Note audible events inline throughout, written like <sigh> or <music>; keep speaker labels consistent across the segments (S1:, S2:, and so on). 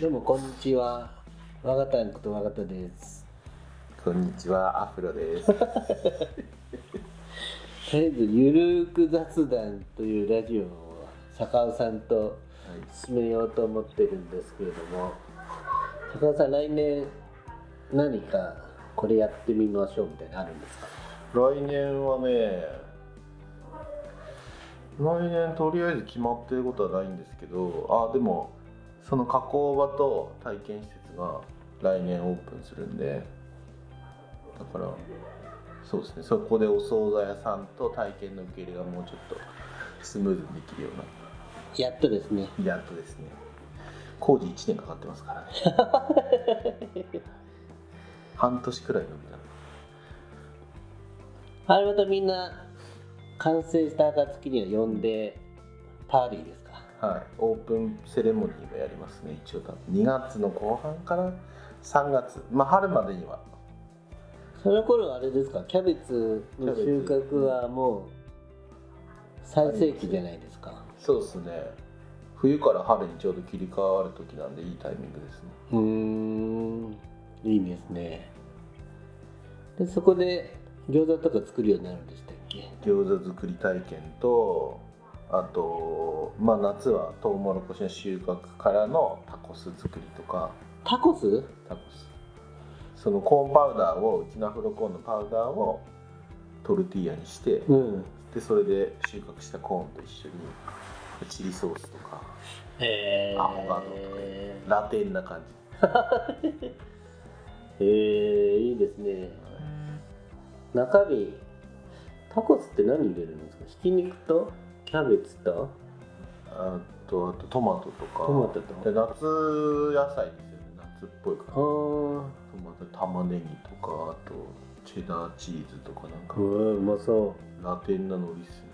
S1: どうもこんにちは。わがたんことわがたです。
S2: こんにちは、アフロです。
S1: とりあえずゆるーく雑談というラジオを坂尾さんと進めようと思ってるんですけれども、坂尾さん来年何かこれやってみましょうみたいなのあるんですか。
S2: 来年はね、来年とりあえず決まってることはないんですけど、あ、でも、その加工場と体験施設が来年オープンするんで、だから、そうですね、そこでお惣菜屋さんと体験の受け入れがもうちょっとスムーズにできるよう
S1: やっとですね。
S2: な、やっとですね、工事1年かかってますからね。半年くらい伸びた
S1: あれまたみんな完成した暁には呼んでパーティーですか。
S2: はい、オープンセレモニーもやりますね、一応多分2月の後半から3月、まあ、春までには、
S1: その頃はあれですかキャベツの収穫はもう最盛期じゃないですか
S2: そうですね、冬から春にちょうど切り替わる時なんで、いいタイミングですね。
S1: うーんいいですねでそこで餃子とか作るようになるんでしたっけ
S2: 餃子作り体験と、あと、まあ、夏はトウモロコシの収穫からのタコス作りとか、
S1: タコス
S2: タコス、そのコーンパウダーを、うちのアフロコーンのパウダーをトルティーヤにして、
S1: うん
S2: でそれで収穫したコーンと一緒にチリソースとか
S1: へえ
S2: アボカドとかラテンな感じ
S1: えー、いいですね中身タコスって何入れるんですかひき肉とキャベツと
S2: あとあとトマトとか
S1: トマトと
S2: で夏野菜ですよね夏っぽいから
S1: あ
S2: ト
S1: ー
S2: マト玉ねぎとかあとチェダーチーズとかなんか
S1: うわうまそ
S2: ラテンなのりっすね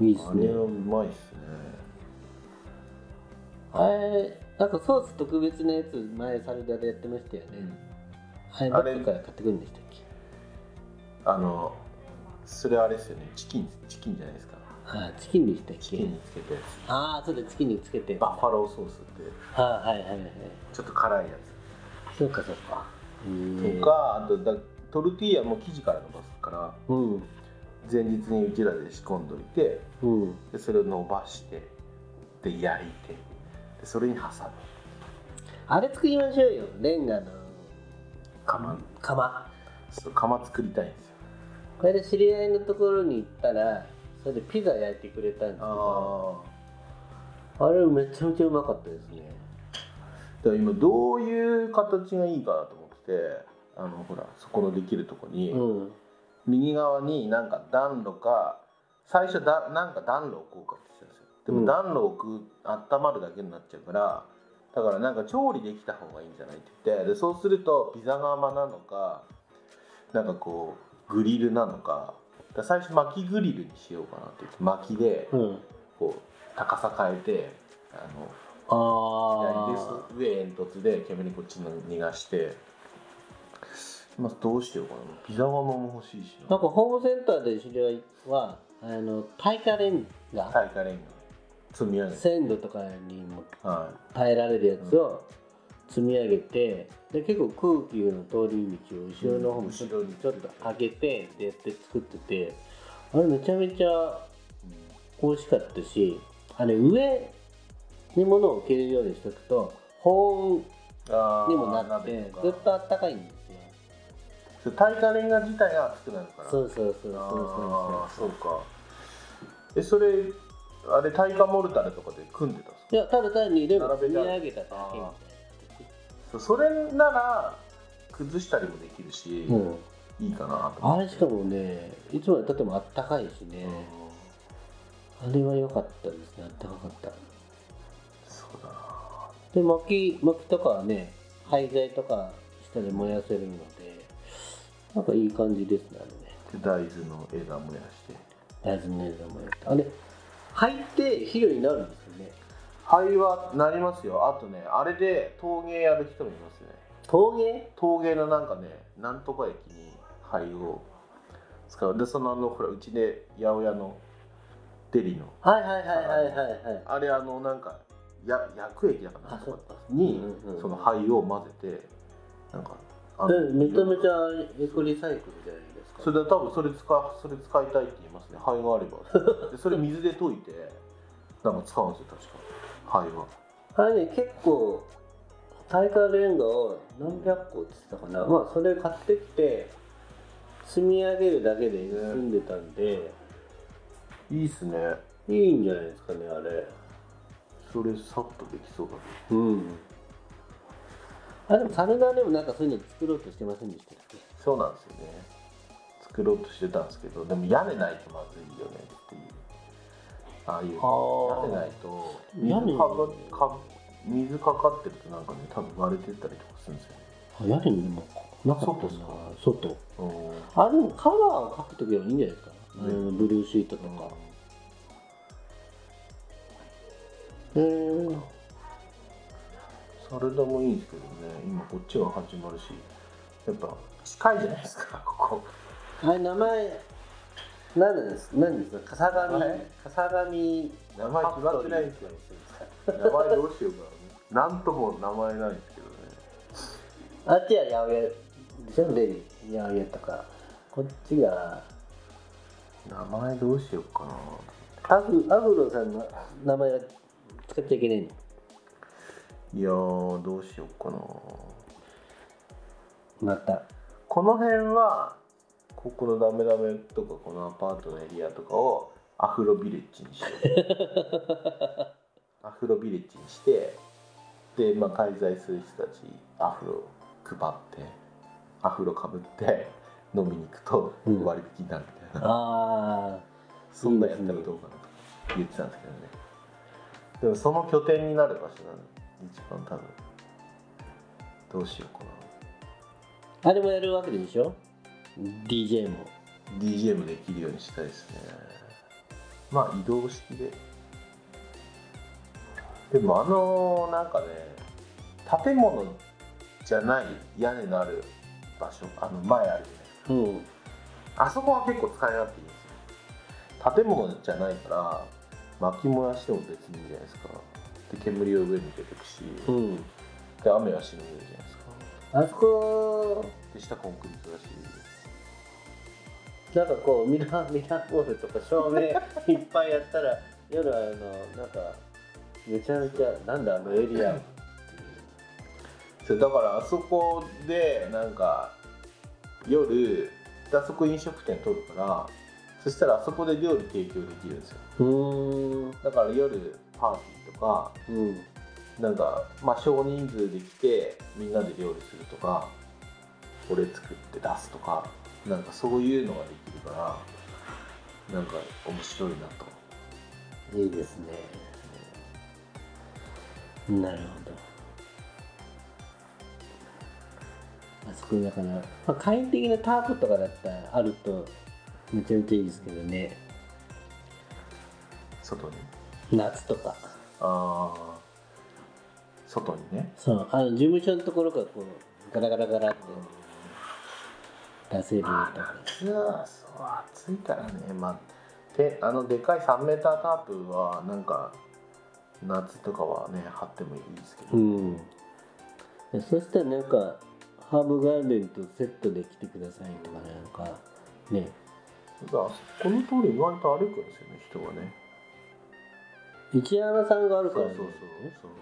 S1: ういいです
S2: あ
S1: ね
S2: れはうまいっすね
S1: あれなんかソース特別なやつ前サルダでやってましたよね、あれど
S2: あれ
S1: っかから買ってくるんでしたっけ
S2: あのそれあれっすよねチキンチキンじゃないですか
S1: あチキンでしたっ
S2: チキ
S1: け
S2: ンにつけたやつ
S1: ああそうだチキンにつけて
S2: バッファローソースって
S1: あはいはいはい
S2: ちょっと辛いやつ
S1: そうかそうかうーん
S2: とかあとだトルティーヤも生地から伸ばすから
S1: うん
S2: 前日にうちらで仕込んどいて
S1: うん
S2: でそれを伸ばしてで焼いてでそれに挟む
S1: あれ作りましょうよレンガの
S2: 釜
S1: 釜
S2: そう釜作りたいんですよ
S1: これで知り合いのところに行ったらそれでピザ焼いてくれたんですけどあれめちゃめちゃうまかったですね
S2: だから今どういう形がいいかなと思っててあのほらそこのできるとこに、
S1: うん
S2: 右側になんか暖炉か最初だなんか暖炉を置こうかって言ってたんですよで
S1: うん
S2: も暖炉を置く温まるだけになっちゃうからだからなんか調理できた方がいいんじゃないって言ってでそうするとピザ窯なのかなんかこうグリルなのかだから最初薪グリルにしようかなって言って薪で
S1: うん
S2: こう高さ変えてあの
S1: あ
S2: 左です
S1: あ
S2: 上煙突で煙こっちに逃がしてまあどうしようかなピザ窯も欲しいし
S1: な
S2: な
S1: んかホームセンターで知り合いはあの耐火レンガ
S2: 大火レンガ積み上げて
S1: 鮮度とかにも
S2: は
S1: 耐えられるやつを積み上げてで結構空気の通り道を後ろの方もちょっと,、
S2: うん後ろに
S1: ちょっと上げてでやって作っててあれめちゃめちゃ
S2: い、
S1: 美味しかったしあれ上に物を置けるようにしとくと保
S2: あ
S1: 温
S2: ー
S1: にもなって
S2: 鍋とか
S1: ずっとあったかいんですよ
S2: そう大火レンガ自体が熱くなるから
S1: そうそうそうそう
S2: あー
S1: そうそう
S2: そうかえそれあれ耐火モルタルとかで組んでたんですか
S1: いやただ単にでも積み上げただけみたいな
S2: そうそれなら崩したりもできるし、
S1: うん、
S2: いいかなと
S1: あ
S2: 思っ
S1: れ
S2: て
S1: しかもねいつまでたってもあったかいしね、
S2: うん
S1: あれは良かったですねあったかかった
S2: そうだな
S1: で薪薪とかはね廃材とか下で燃やせるのでなんかいい感じですねあれね
S2: で大豆の枝燃やして
S1: 大豆のやつは燃やしたあれ灰って肥料になるんですよね
S2: 灰はなりますよあとねあれで陶芸やる人もいますね
S1: 陶芸
S2: 陶芸のなんかねなんとか液に灰を使うでそのあのほらうちで八百屋のデリの
S1: はいはいはいはいはいはい
S2: あれあのなんかや薬液だから
S1: あそっか
S2: に
S1: うんうん
S2: その灰を混ぜてなんかあ
S1: えめちゃめちゃエコリサイクルじゃないですか
S2: それで多分それ使いそれ使いたいって言いますね灰があればでそれ水で溶いてなんか使うんですよ確か灰は
S1: あれね結構大会レンガを何百個って言ってたかなまあそれ買ってきて積み上げるだけで済んでたんで、
S2: いいっすね
S1: いいんじゃないですかねあれ
S2: それさっとできそうだね
S1: うんあでもサルダーでもなんかそういうの作ろうとしてませんでしたっけ
S2: そうなんですよね作ろうとしてたんですけどでも屋根ないとまずいよねっていうああいう
S1: あー
S2: 屋根ないと
S1: 屋根
S2: 水かかか水かかってるとなんかね多分割れてたりとかするんですよね
S1: あ屋根にもなかった
S2: 外っすか
S1: な外
S2: うん
S1: あれもカラーを描くときはいいんじゃないですか、あのブルーシートとか、へえ
S2: サルダもいいんですけどね今こっちが始まるしやっぱ近いじゃないです <laughs> かここ
S1: あれ名前何なんです何ですか笠
S2: 名
S1: 上
S2: 前
S1: 笠上
S2: 名前決まってないんですよ名前どうしようかななんとも名前ないんですけどね
S1: あっちは八百屋でしょレディ八百屋とかこっちが
S2: 名前どうしようかな
S1: アフアフロさんの名前は使っちゃいけないの
S2: いやーどうしようかな
S1: また
S2: この辺はここのダメダメとかこのアパートのエリアとかをアフロビレッジにしようアフロビレッジにしてで、まあ、滞在する人たちアフロ配ってアフロかぶって飲みに行くと
S1: うん
S2: 割引になるみたいな、
S1: あ
S2: そんなんやったらどうかなとか言ってたんですけどねでもその拠点になる場所なの一番多分どうしようかな
S1: ああれもやるわけでしょ DJ も
S2: DJ もできるようにしたいですねまあ移動式ででもあのなんかね建物じゃない屋根のある場所あの前あるじゃないです
S1: うん
S2: かあそこは結構使い勝手いいんですよ建物じゃないから薪燃やしても別にいいじゃないですかで煙を上に出てくし、
S1: うん
S2: で雨はしのげるじゃないですか
S1: あそこ
S2: で下コンクリートだし
S1: なんかこうミラーミラーボールとか照明いっぱいやったら <laughs> 夜あのなんかめちゃめちゃなんだあのエリア
S2: そうだからあそこでなんか夜あそこ飲食店取るからそしたらあそこで料理提供できるんですよ
S1: うーん
S2: だから夜パーティーとか
S1: うん
S2: なんかまあ少人数で来てみんなで料理するとか俺作って出すとかなんかそういうのができるからなんか面白いなと
S1: いいですねなるほどあそこだから、まあ、簡易的なタープとかだったらあるとめちゃめちゃいいですけどね
S2: 外に
S1: 夏とか
S2: ああ外にね
S1: そうあの事務所のところからこうガラガラガラって出せるとか
S2: 夏はそう暑いからね、まあ、であのでかい3メータータープはなんか夏とかはね張ってもいいですけど、
S1: うん。そしたらなんか、ハーブガーデンとセットで来てくださいとかなんか、ね。
S2: だからこの通り意外と歩くんですよね人がね
S1: 一山さんがある
S2: そう
S1: から、ね、
S2: そうそう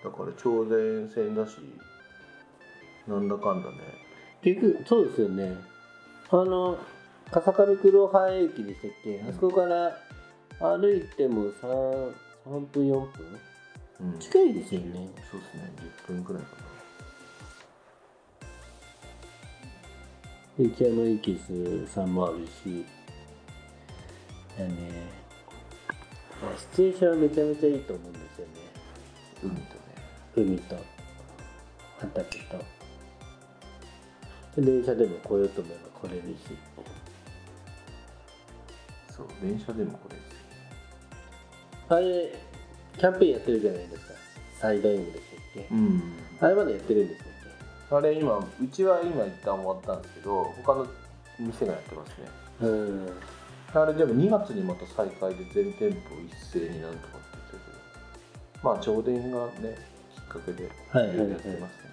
S2: そうだから超電線だしなんだかんだね
S1: 結局、そうですよね。あの、笠上黒羽駅でしたっけ、あそこから歩いても 3, 3分、4分
S2: うん
S1: 近いですよね。
S2: そうですね10分くらいか
S1: で一山エキスさんもあるし。だね。シチュエーションはめちゃめちゃいいと思うんですよね。
S2: な海とね
S1: 海と畑と電車でも来ようと思えば来れるし
S2: そう電車でもこれですよ
S1: あれキャンペーンやってるじゃないですかサイドインでしたっけ、
S2: うん
S1: あれまでやってるんですよね
S2: あれ今うちは今一旦終わったんですけど他の店がやってますね
S1: うん
S2: あれでも2月にまた再開で全店舗一斉になんとかって言ってるまあ上田がねきっかけで
S1: はい
S2: い
S1: はい
S2: ろ
S1: はい
S2: ろ
S1: い
S2: やってますね、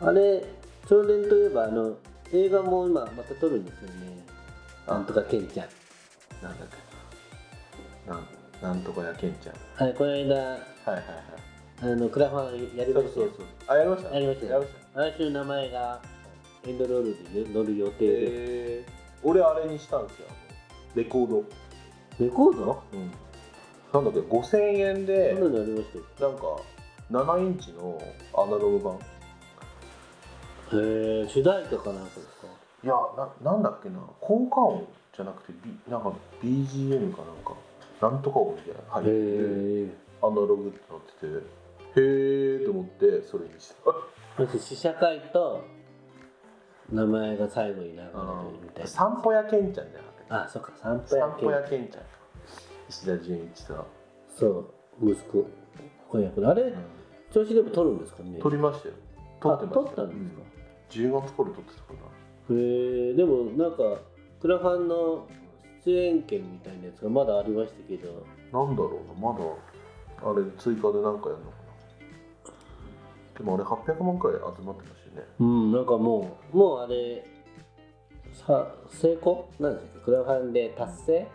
S1: あれ少年といえばあの映画も今また撮るんですよね
S2: あ
S1: なんとかケンちゃん
S2: なんだっけなんなんとかやけんちゃん
S1: はいこの間
S2: はいはいはい
S1: あのクラファンやり
S2: そ
S1: ま
S2: う
S1: した
S2: そ
S1: よ
S2: うそうあやりました
S1: やりましたよ
S2: やりました
S1: 来週名前がエンドロールでね乗る予定で、
S2: えー、俺あれにしたんですよレコード
S1: レコード
S2: うんなんだっけ5000円
S1: そ
S2: で
S1: んなのありましたよ
S2: なんか7インチのアナログ版
S1: へえ主題歌かなんかですか
S2: いやななんだっけな効果音じゃなくて、B、なんか BGM かなんかなんとか音みたいなの
S1: へ
S2: 入ってて
S1: え
S2: アナログってなっててへえと思ってそれにした
S1: まず試写会と名前が最後に流れる
S2: あの
S1: みたいな
S2: 散歩やけんちゃんじゃなか
S1: あそっか散
S2: っ
S1: 歩
S2: た
S1: や
S2: 散
S1: け
S2: 歩やけんちゃん石田純一さん、
S1: そう息子婚約のあれ
S2: うん、
S1: 調子でも撮るんですかね
S2: 撮りましたよ撮ってました
S1: あ撮ったんですか、
S2: うん10月頃撮ってたかな
S1: へえでもなんかクラファンの出演権みたいなやつがまだありましたけど
S2: なんだろうな、まだあれ追加で何かやるのかな。でもあれ800万くらい集まってましたよね。
S1: うんなんかもうもうあれさ成功なんですかクラファンで達成
S2: うん。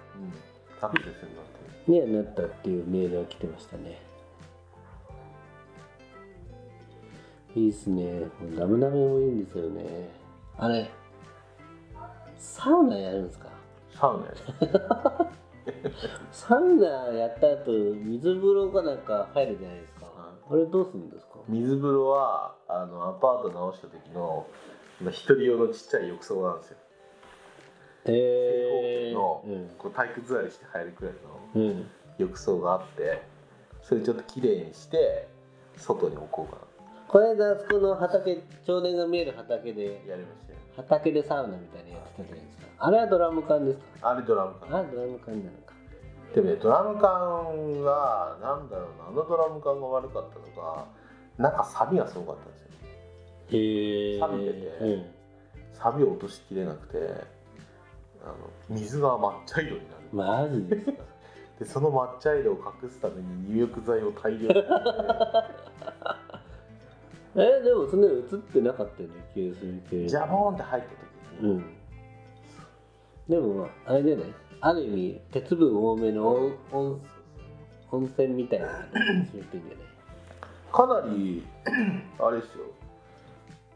S2: サクセスになってる。
S1: にはなったっていうメールが来てましたねいいっすねラムラムもいいんですよねあれサウナやるんですか
S2: サウナやね
S1: サウナやった後水風呂かなんか入るじゃないですか、あれどうするんですか
S2: 水風呂はあのアパート直した時のまあ一人用のちっちゃい浴槽なんですよ。
S1: へ
S2: 正
S1: え
S2: 方形
S1: うん
S2: のこう体育座りして入るくらいの
S1: うん、
S2: 浴槽があって、それちょっと綺麗にして外に置こうか
S1: この間あそこの畑少年が見える畑で
S2: な。やりましたよ。
S1: 畑でサウナみたいなのやってたじゃないですかあれはドラム缶ですか
S2: あれドラム缶。
S1: あれドラム缶なのか
S2: でもねドラム缶がなんだろうなあのドラム缶が悪かったのがなんかサビがすごかったんですよ
S1: へえ
S2: 錆びててサビを落としきれなくてあの水が抹茶色になる
S1: うん、マジですか
S2: でその抹茶色を隠すために入浴剤を大量に入れて
S1: えでもそんなの映ってなかったよね給水系
S2: ジャボーンって入った時
S1: う
S2: に、
S1: んでもあれじゃないある意味鉄分多めの温温温泉みたいな感じにしてんじゃない
S2: かなりあれですよ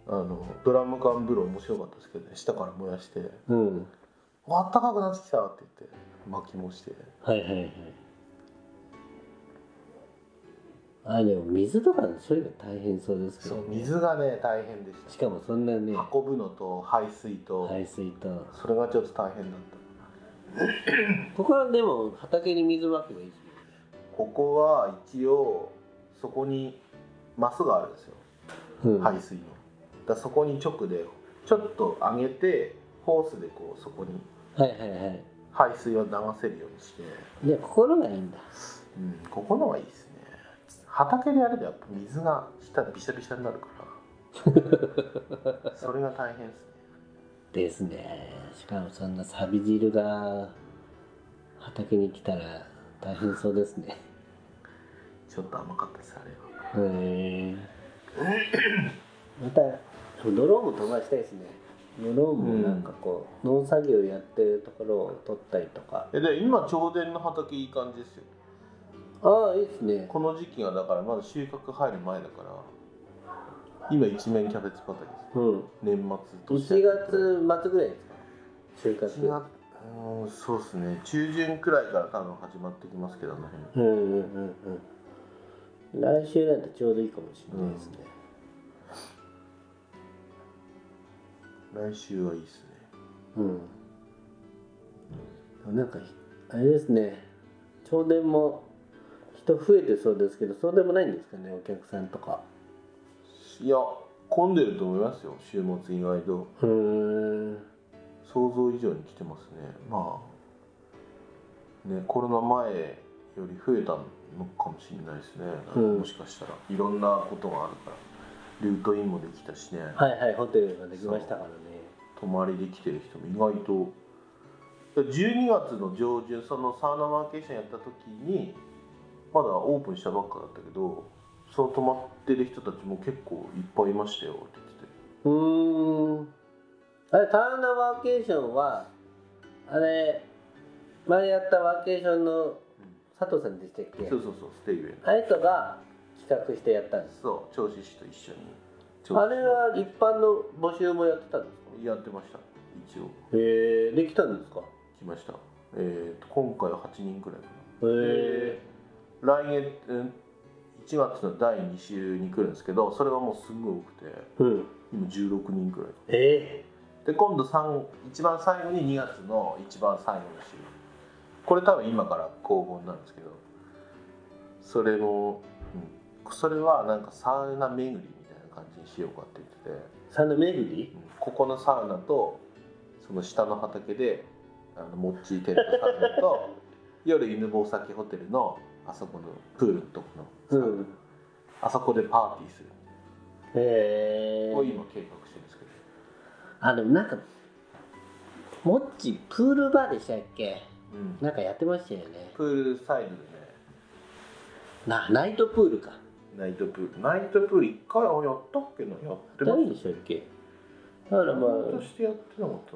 S2: あのドラム缶風呂面白かったですけどね下から燃やして「
S1: うん
S2: あったかくなってきた」って言って巻きもして
S1: はいはいはいあでも水とか処理が大変そうですけ
S2: そ
S1: ど
S2: う
S1: ね、
S2: 水がね大変でした
S1: しかもそんなね
S2: 運ぶのと排水と、
S1: 排水と
S2: それがちょっと大変だった
S1: ここはでも畑に水まけばいいです
S2: ここは一応そこにマスがあるんですよ
S1: よね、うん
S2: 排水の、だからそこに直でちょっと上げてホースでこうそこに
S1: はいはいはい
S2: 排水を流せるようにして、
S1: じゃあ心がいいんだ
S2: うん、ここのはいいですね畑でやるとやっぱ水が下びしゃびしゃになるか
S1: <laughs>
S2: らそれが大変ですね
S1: ですねしかもそんなサビ汁が畑に来たら大変そうですね
S2: ちょっと甘かったですあれは
S1: へえまたドローンも飛ばしたいですねドローンもなんかこう農作業やってるところを撮ったりとか
S2: えで今銚電の畑いい感じですよ
S1: ああいいですね
S2: この時期がだからまだ収穫入る前だから今一面キャベツ畑です
S1: うん
S2: 年末
S1: 1月末ぐらいですか収
S2: 1
S1: 穫
S2: 月うーんそうですね中旬くらいから多分始まってきますけどあの辺
S1: うんうんうんうん来週なんてちょうどいいかもしれないですね、
S2: 来週はいいですね
S1: うん。なんかひあれですね。銚電も人増えてそうですけど、そうでもないんですかね、お客さんとか。
S2: いや混んでると思いますよ週末意外と
S1: うーん。
S2: 想像以上に来てますねまあねコロナ前より増えたのかもしれないですね、
S1: うん
S2: もしかしたらいろんなことがあるからルートインもできたしね、
S1: はいはい、ホテルができましたからね。
S2: 泊まりで来てる人も意外と12月の上旬そのサウナマーケーションやった時にまだオープンしたばっかだったけどその泊まってる人たちも結構いっぱいいましたよって言ってて
S1: うーんあれタウンのワーケーションはあれ前やったワーケーションの佐藤さんでしたっけ
S2: そうそうそうステイウェイの
S1: あれとが企画してやったんです
S2: そう銚子市と一緒に銚子
S1: あれは一般の募集もやってたんですか
S2: やってました一応
S1: へえできたんですか
S2: 来ましたえー、と今回は8人くらい
S1: へ
S2: か
S1: え
S2: な来年うん1月の第2週に来るんですけどそれはもうすごい多くて
S1: うん
S2: 今16人くらい
S1: え
S2: で今度三一番最後に2月の一番最後の週これ多分今から公募になるんですけどそれも、うん、それはなんかサウナ巡りみたいな感じにしようかって言ってて、
S1: サウナ巡り
S2: うんここのサウナとその下の畑であのモッチーテントサウナと <laughs> 夜犬吠埼ホテルのあそこのプールのとこの、
S1: うん
S2: あそこでパーティーする
S1: へえ
S2: を今計画してるんですけど
S1: あでもなんかもっちプールバーでしたっけ、
S2: うん
S1: なんかやってましたよね
S2: プールサイドでね
S1: なナイトプールか
S2: ナイトプール。ナイトプール一回あやったっけなやってま
S1: 何で
S2: し
S1: したっけだから
S2: た。
S1: ま
S2: まと
S1: あ
S2: してやってなかった。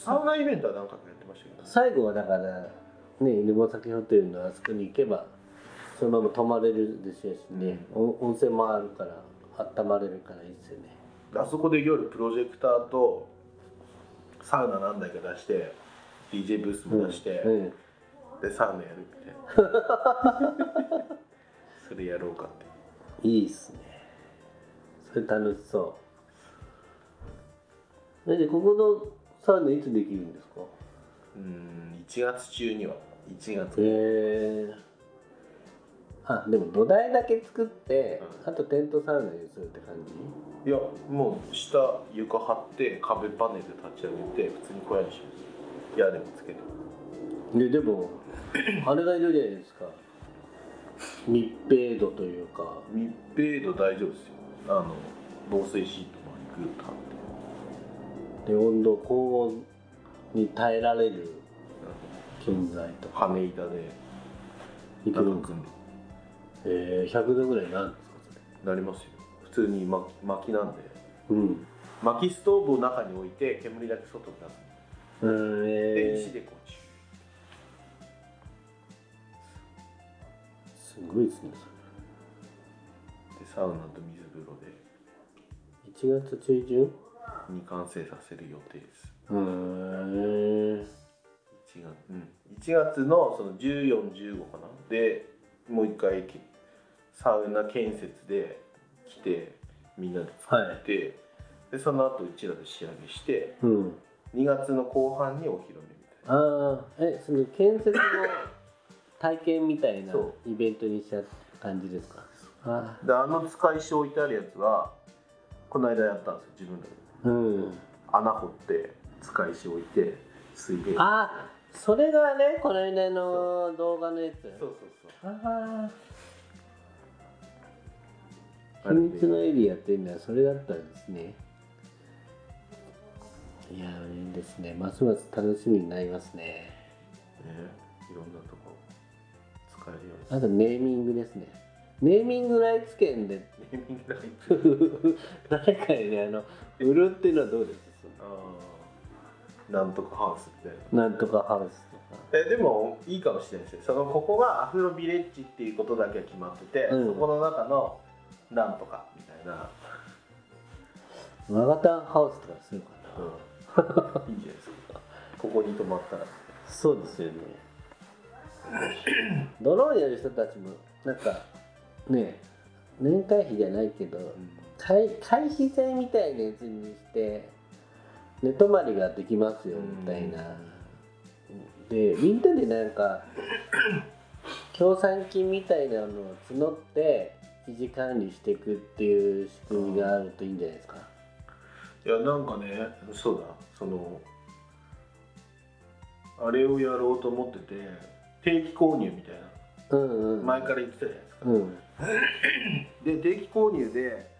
S2: サウナイベントは何回かやってましたけど、ね。
S1: 最後はだからね犬吠埼ホテルのあそこに行けばそのまま泊まれるでしょうしね、お温泉もあるから温まれるからいいですよね
S2: あそこで夜プロジェクターとサウナ何台か出して、DJ ブースも出して、
S1: うん
S2: でサウナやるみたいな。
S1: <laughs>
S2: それやろうかって。
S1: いいっすねそれ楽しそうでここのサウナいつできるんですか
S2: うーん、1月中には。1
S1: へ
S2: 月。
S1: えあでも土台だけ作って、あとテントサウナにするって感じ
S2: いや、もう下床張って壁パネル立ち上げて、普通に小屋にします。屋根もつけて。
S1: でで <clears throat> もあれがいるじゃないですか密閉度というか
S2: 密閉度大丈夫ですよあの防水シートもグーッと貼って
S1: で温度高温に耐えられる建材とか
S2: 羽板で
S1: いけるんです
S2: 組んで
S1: えー、100度ぐらいになるんですか
S2: なりますよ普通に薪薪なんで
S1: それうん
S2: 薪ストーブを中に置いて煙だけ外に出す
S1: うんえー
S2: で石でこうチ
S1: すごいですね
S2: ューでサウナと水風呂で
S1: それ1月中旬
S2: に完成させる予定です
S1: うん
S2: 1月,、うん、1月のその1415かなでもう一回きサウナ建設で来てみんなで作って、でその後うちらで仕上げして
S1: うん
S2: 2月の後半にお披露目みたい
S1: ああえその建設の体験みたいな
S2: そ
S1: イベントにした感じですかあ
S2: <laughs> なであの使い石置いてあるやつはこの間やったんですよ自分らで
S1: ーうん
S2: 穴掘って使い石置いて水で
S1: あそれがねこの間の動画のやつ
S2: そうそうそう
S1: ああ
S2: あ
S1: 秘
S2: れ
S1: 密
S2: で
S1: のエリアっていうのはそれだったんですねいやーいいですねますます楽しみになりますね
S2: ねいろんなとこ使えるよう
S1: あとネーミングですねネーミングライツ券で
S2: にネーミングライト
S1: <laughs> 誰かにねあの売るっていうのはどうです
S2: あーなんとかハウスみたいな
S1: なんとかハウスとか
S2: えでもいいかもしれないですよそのここがアフロビレッジっていうことだけは決まってて、
S1: うん
S2: そこの中のなんとかみたいな、
S1: マガタンハウスとかするかな、
S2: いいじゃないですか <laughs> ここに泊まったら
S1: そうですよねドローンやる人たちもなんかね年会費じゃないけど会会費制みたいなやつにして寝泊まりができますよみたいな、でみんなでなんか協賛金みたいなのを募って維持管理していくっていう仕組みがあるといいんじゃないですか、
S2: いやなんかねそうだそのあれをやろうと思ってて定期購入みたいな
S1: うんうん
S2: 前から言ってたじゃないですか、
S1: うん
S2: で定期購入で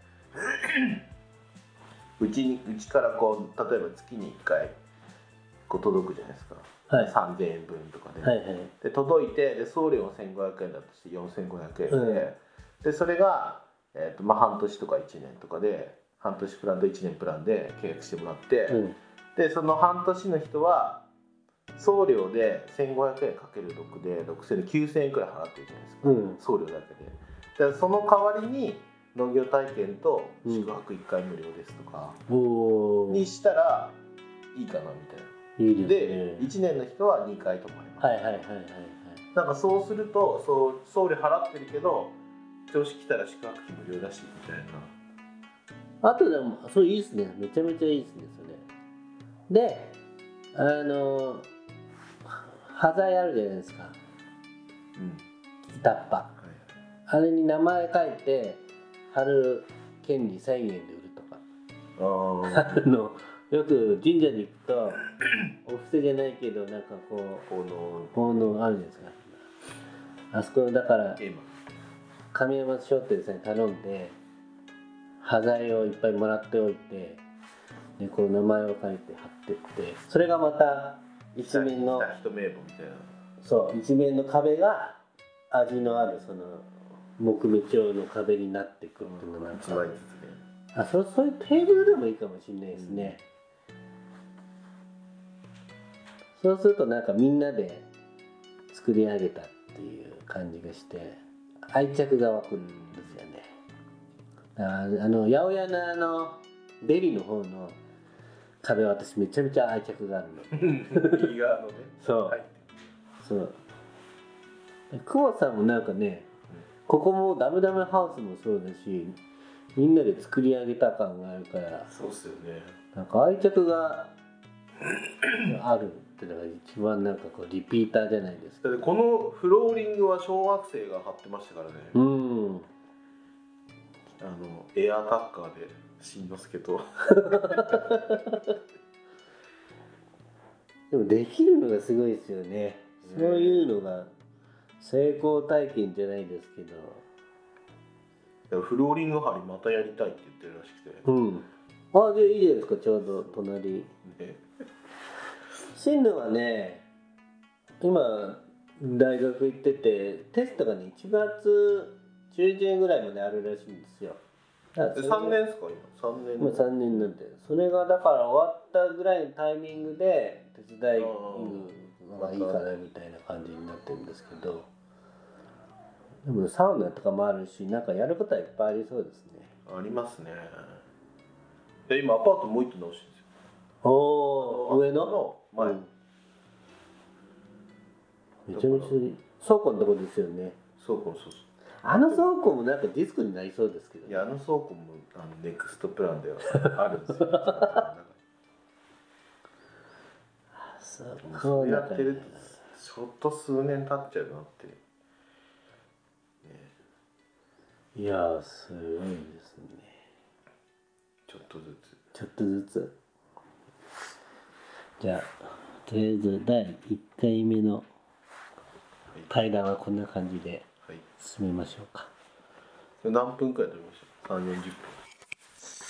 S2: <clears throat> うちにうちからこう例えば月に1回こう届くじゃないですか
S1: はい
S2: 3000円分とかで,、
S1: はいはい
S2: で届いてで送料1500円だとして4500円で,、でそれが、えーとまあ、半年とか1年とかで半年プランと1年プランで契約してもらって、
S1: うん
S2: でその半年の人は送料で1500円かける6で6000 9000円くらい払ってるじゃないですか、
S1: うん
S2: 送料だけでだからその代わりに農業体験と宿泊1回無料ですとか
S1: おー
S2: にしたらいいかなみたい
S1: いい
S2: な
S1: で
S2: です
S1: ね
S2: 1年の人は2回泊まります、
S1: はいはいはいはいはい
S2: なんかそうするとそう送料払ってるけど調子来たら宿泊費無料だしみたいな
S1: あとでもそういいですねめちゃめちゃいいですねそれであの端材あるじゃないですか
S2: うん
S1: タッパ
S2: はい
S1: あれに名前書いて貼る権利1000円で売るとか
S2: あー
S1: あのよく神社に行く <laughs> とお布施じゃないけどなんかこ
S2: この
S1: う奉納あるじゃないですかあそこだから
S2: テーマ
S1: 神山商店さんに頼んで端材をいっぱいもらっておいてでこう名前を書いて貼ってってそれがまた一面の
S2: 来た人名簿みたいな
S1: そう一面の壁が味のあるその木目調の壁になっていくっていうのがなん
S2: 一枚
S1: か
S2: ずつね
S1: あそそういうテーブルでもいいかもしれないですね、そうするとなんかみんなで作り上げたっていう感じがして愛着が湧くんですよねだからあの八百屋のあのデリの方の壁は私めちゃめちゃ愛着があるの
S2: 右側のね
S1: そう、
S2: はい
S1: そう久保さんもなんかねここもダムダムハウスもそうだしみんなで作り上げた感があるから
S2: そうっすよね
S1: なんか愛着があるってのが一番なんかこうリピーターじゃないですか
S2: だってこのフローリングは小学生が貼ってましたからね、
S1: うん
S2: あのエアタッカーでしんのすけと
S1: でもできるのがすごいですよね
S2: うん
S1: そういうのが成功体験じゃないですけど
S2: フローリング貼りまたやりたいって言ってるらしくて、
S1: うんあじゃあいいじゃないですかちょうど隣
S2: ね
S1: 進路はね今大学行っててテストがね1月中旬ぐらいまであるらしいんですよだからそれ
S2: 3年ですか今3年
S1: 今3年なんでそれがだから終わったぐらいのタイミングで手伝いのがいいかなみたいな感じになってるんですけどでもサウナとかもあるしなんかやることはいっぱいありそうですね
S2: ありますねで今アパートもう一棟直してるんですよ
S1: おお上の
S2: 前、
S1: うんめちゃめちゃいい倉庫のとこですよね
S2: 倉庫のそうそう
S1: あの倉庫もなんかディスクになりそうですけど
S2: い
S1: ね
S2: やあの倉庫もあのネクストプラン
S1: <laughs>
S2: ではあるんですよそ
S1: そう
S2: うやってる
S1: なん
S2: と
S1: かね
S2: ちょっと数年経っちゃうなって
S1: いやーすごいですね
S2: ちょっとずつ
S1: ちょっとずつじゃあとりあえず第1回目の対談はこんな感じで
S2: はい
S1: 進めましょうか
S2: それ何分くらい取りました3 4 0分